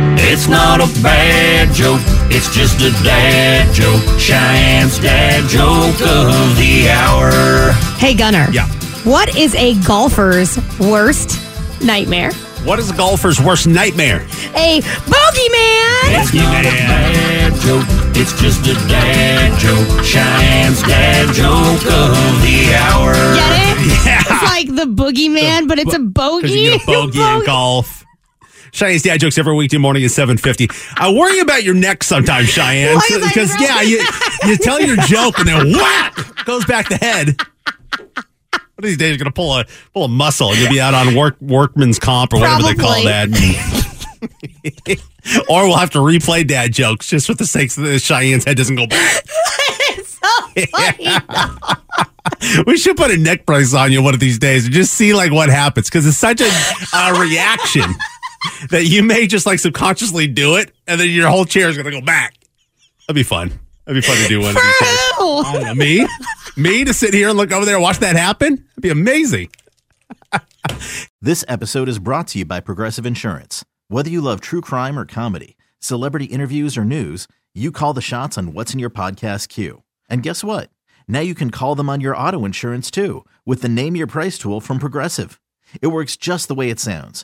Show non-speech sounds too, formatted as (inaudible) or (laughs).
It's not a bad joke, it's just a dad joke. Cheyenne's dad joke of the hour. Hey, Gunner. Yeah. What is a golfer's worst nightmare? What is a golfer's worst nightmare? A bogeyman. It's not a bad joke, it's just a dad joke. Cheyenne's dad joke of the hour. Get it? Yeah. It's like the boogeyman, but it's a Because bogey. (laughs) you get a bogey in golf. Cheyenne's dad jokes every weekday morning at 7.50. I worry about your neck sometimes, Cheyenne. Why is that Because, your yeah, you, you tell your joke (laughs) and then whack, goes back the head. One of these days you're going to pull a pull a muscle and you'll be out on work workman's comp or whatever they call Probably. that. (laughs) or we'll have to replay dad jokes just for the sake that Cheyenne's head doesn't go back. (laughs) We should put a neck brace on you one of these days and just see like what happens because it's such a, a reaction that you may just like subconsciously do it and then your whole chair is gonna go back. That'd be fun. That'd be fun to do one of these days. Boo. I don't know, me, me to sit here and look over there and watch that happen. It'd be amazing. This episode is brought to you by Progressive Insurance. Whether you love true crime or comedy, celebrity interviews or news, you call the shots on what's in your podcast queue. And guess what? Now you can call them on your auto insurance too with the Name Your Price tool from Progressive. It works just the way it sounds.